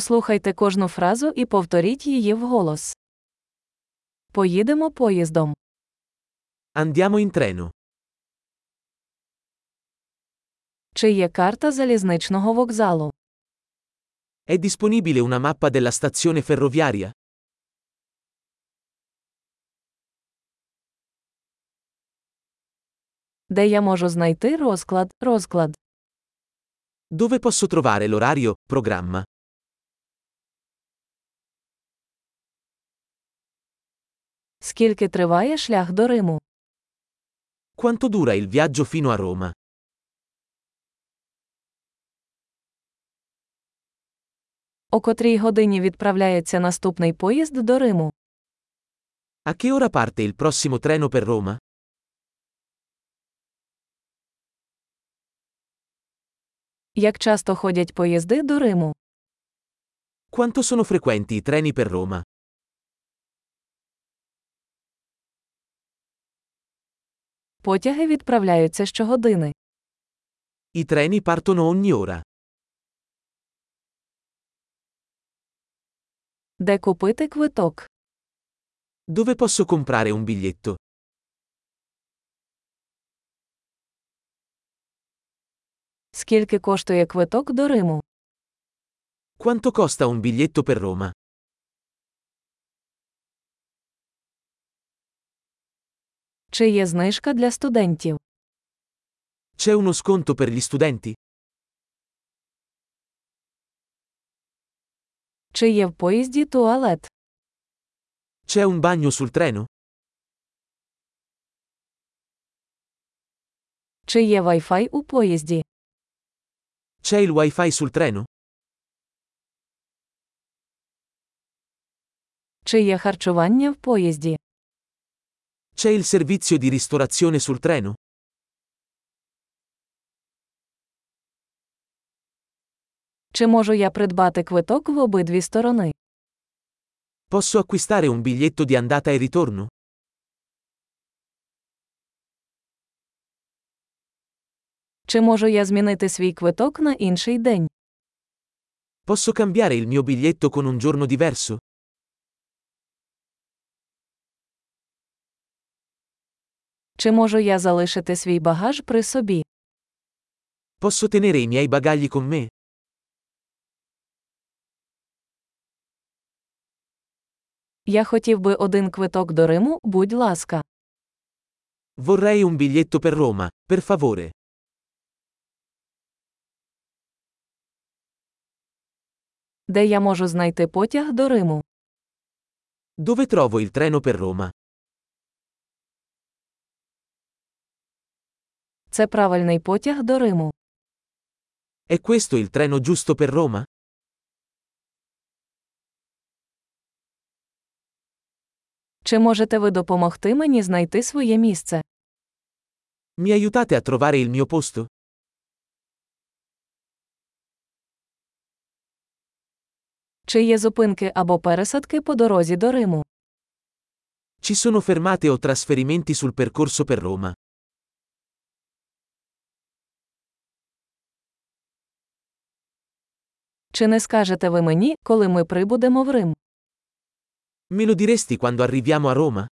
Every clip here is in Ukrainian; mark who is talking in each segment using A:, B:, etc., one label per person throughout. A: Послухайте кожну фразу і повторіть її вголос. Поїдемо поїздом.
B: Andiamo in treno.
A: Чи є карта залізничного вокзалу?
B: È disponibile una mappa della stazione ferroviaria?
A: Де я можу знайти розклад, розклад?
B: Dove posso trovare l'orario, programma?
A: Скільки триває шлях до Риму?
B: Quanto dura il viaggio fino a Roma?
A: О котрій годині відправляється наступний поїзд до Риму?
B: A che ora parte il prossimo treno per Roma?
A: Як часто ходять поїзди до Риму?
B: Quanto sono frequenti i treni per Roma?
A: Потяги відправляються щогодини.
B: I treni partono ogni ora.
A: Де купити квиток?
B: Dove posso comprare un biglietto?
A: Скільки коштує квиток до Риму?
B: Quanto costa un biglietto per Roma?
A: Чи є знижка для студентів?
B: C'è uno sconto per gli studenti?
A: Чи є в поїзді туалет?
B: C'è un bagno sul treno?
A: Чи є Wi-Fi у поїзді?
B: C'è il wifi sul treno?
A: Чи є харчування в поїзді?
B: C'è il servizio di ristorazione sul treno?
A: Чи можу я придбати квиток в обидві сторони?
B: Posso acquistare un biglietto di andata e ritorno?
A: Чи можу я змінити свій квиток на інший день?
B: Posso cambiare il mio biglietto con un giorno diverso?
A: Чи можу я залишити свій багаж при собі?
B: Posso tenere i miei bagagli con me?
A: Я хотів би один квиток до Риму, будь ласка.
B: Vorrei un biglietto per Roma, per favore.
A: Де я можу знайти потяг до Риму?
B: Dove trovo il treno per Roma?
A: Це правильний потяг до Риму.
B: È questo il treno giusto per Roma?
A: Чи можете ви допомогти мені знайти своє місце?
B: Mi aiutate a trovare il mio posto?
A: Чи є зупинки або пересадки по дорозі до Риму?
B: Ci sono fermate o trasferimenti sul percorso per Roma?
A: Чи не скажете ви мені, коли ми прибудемо в Рим?
B: Me lo diresti quando arriviamo a Roma?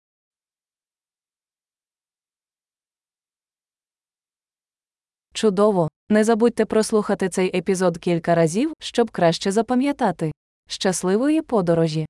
A: Чудово! Не забудьте прослухати цей епізод кілька разів, щоб краще запам'ятати. Щасливої подорожі!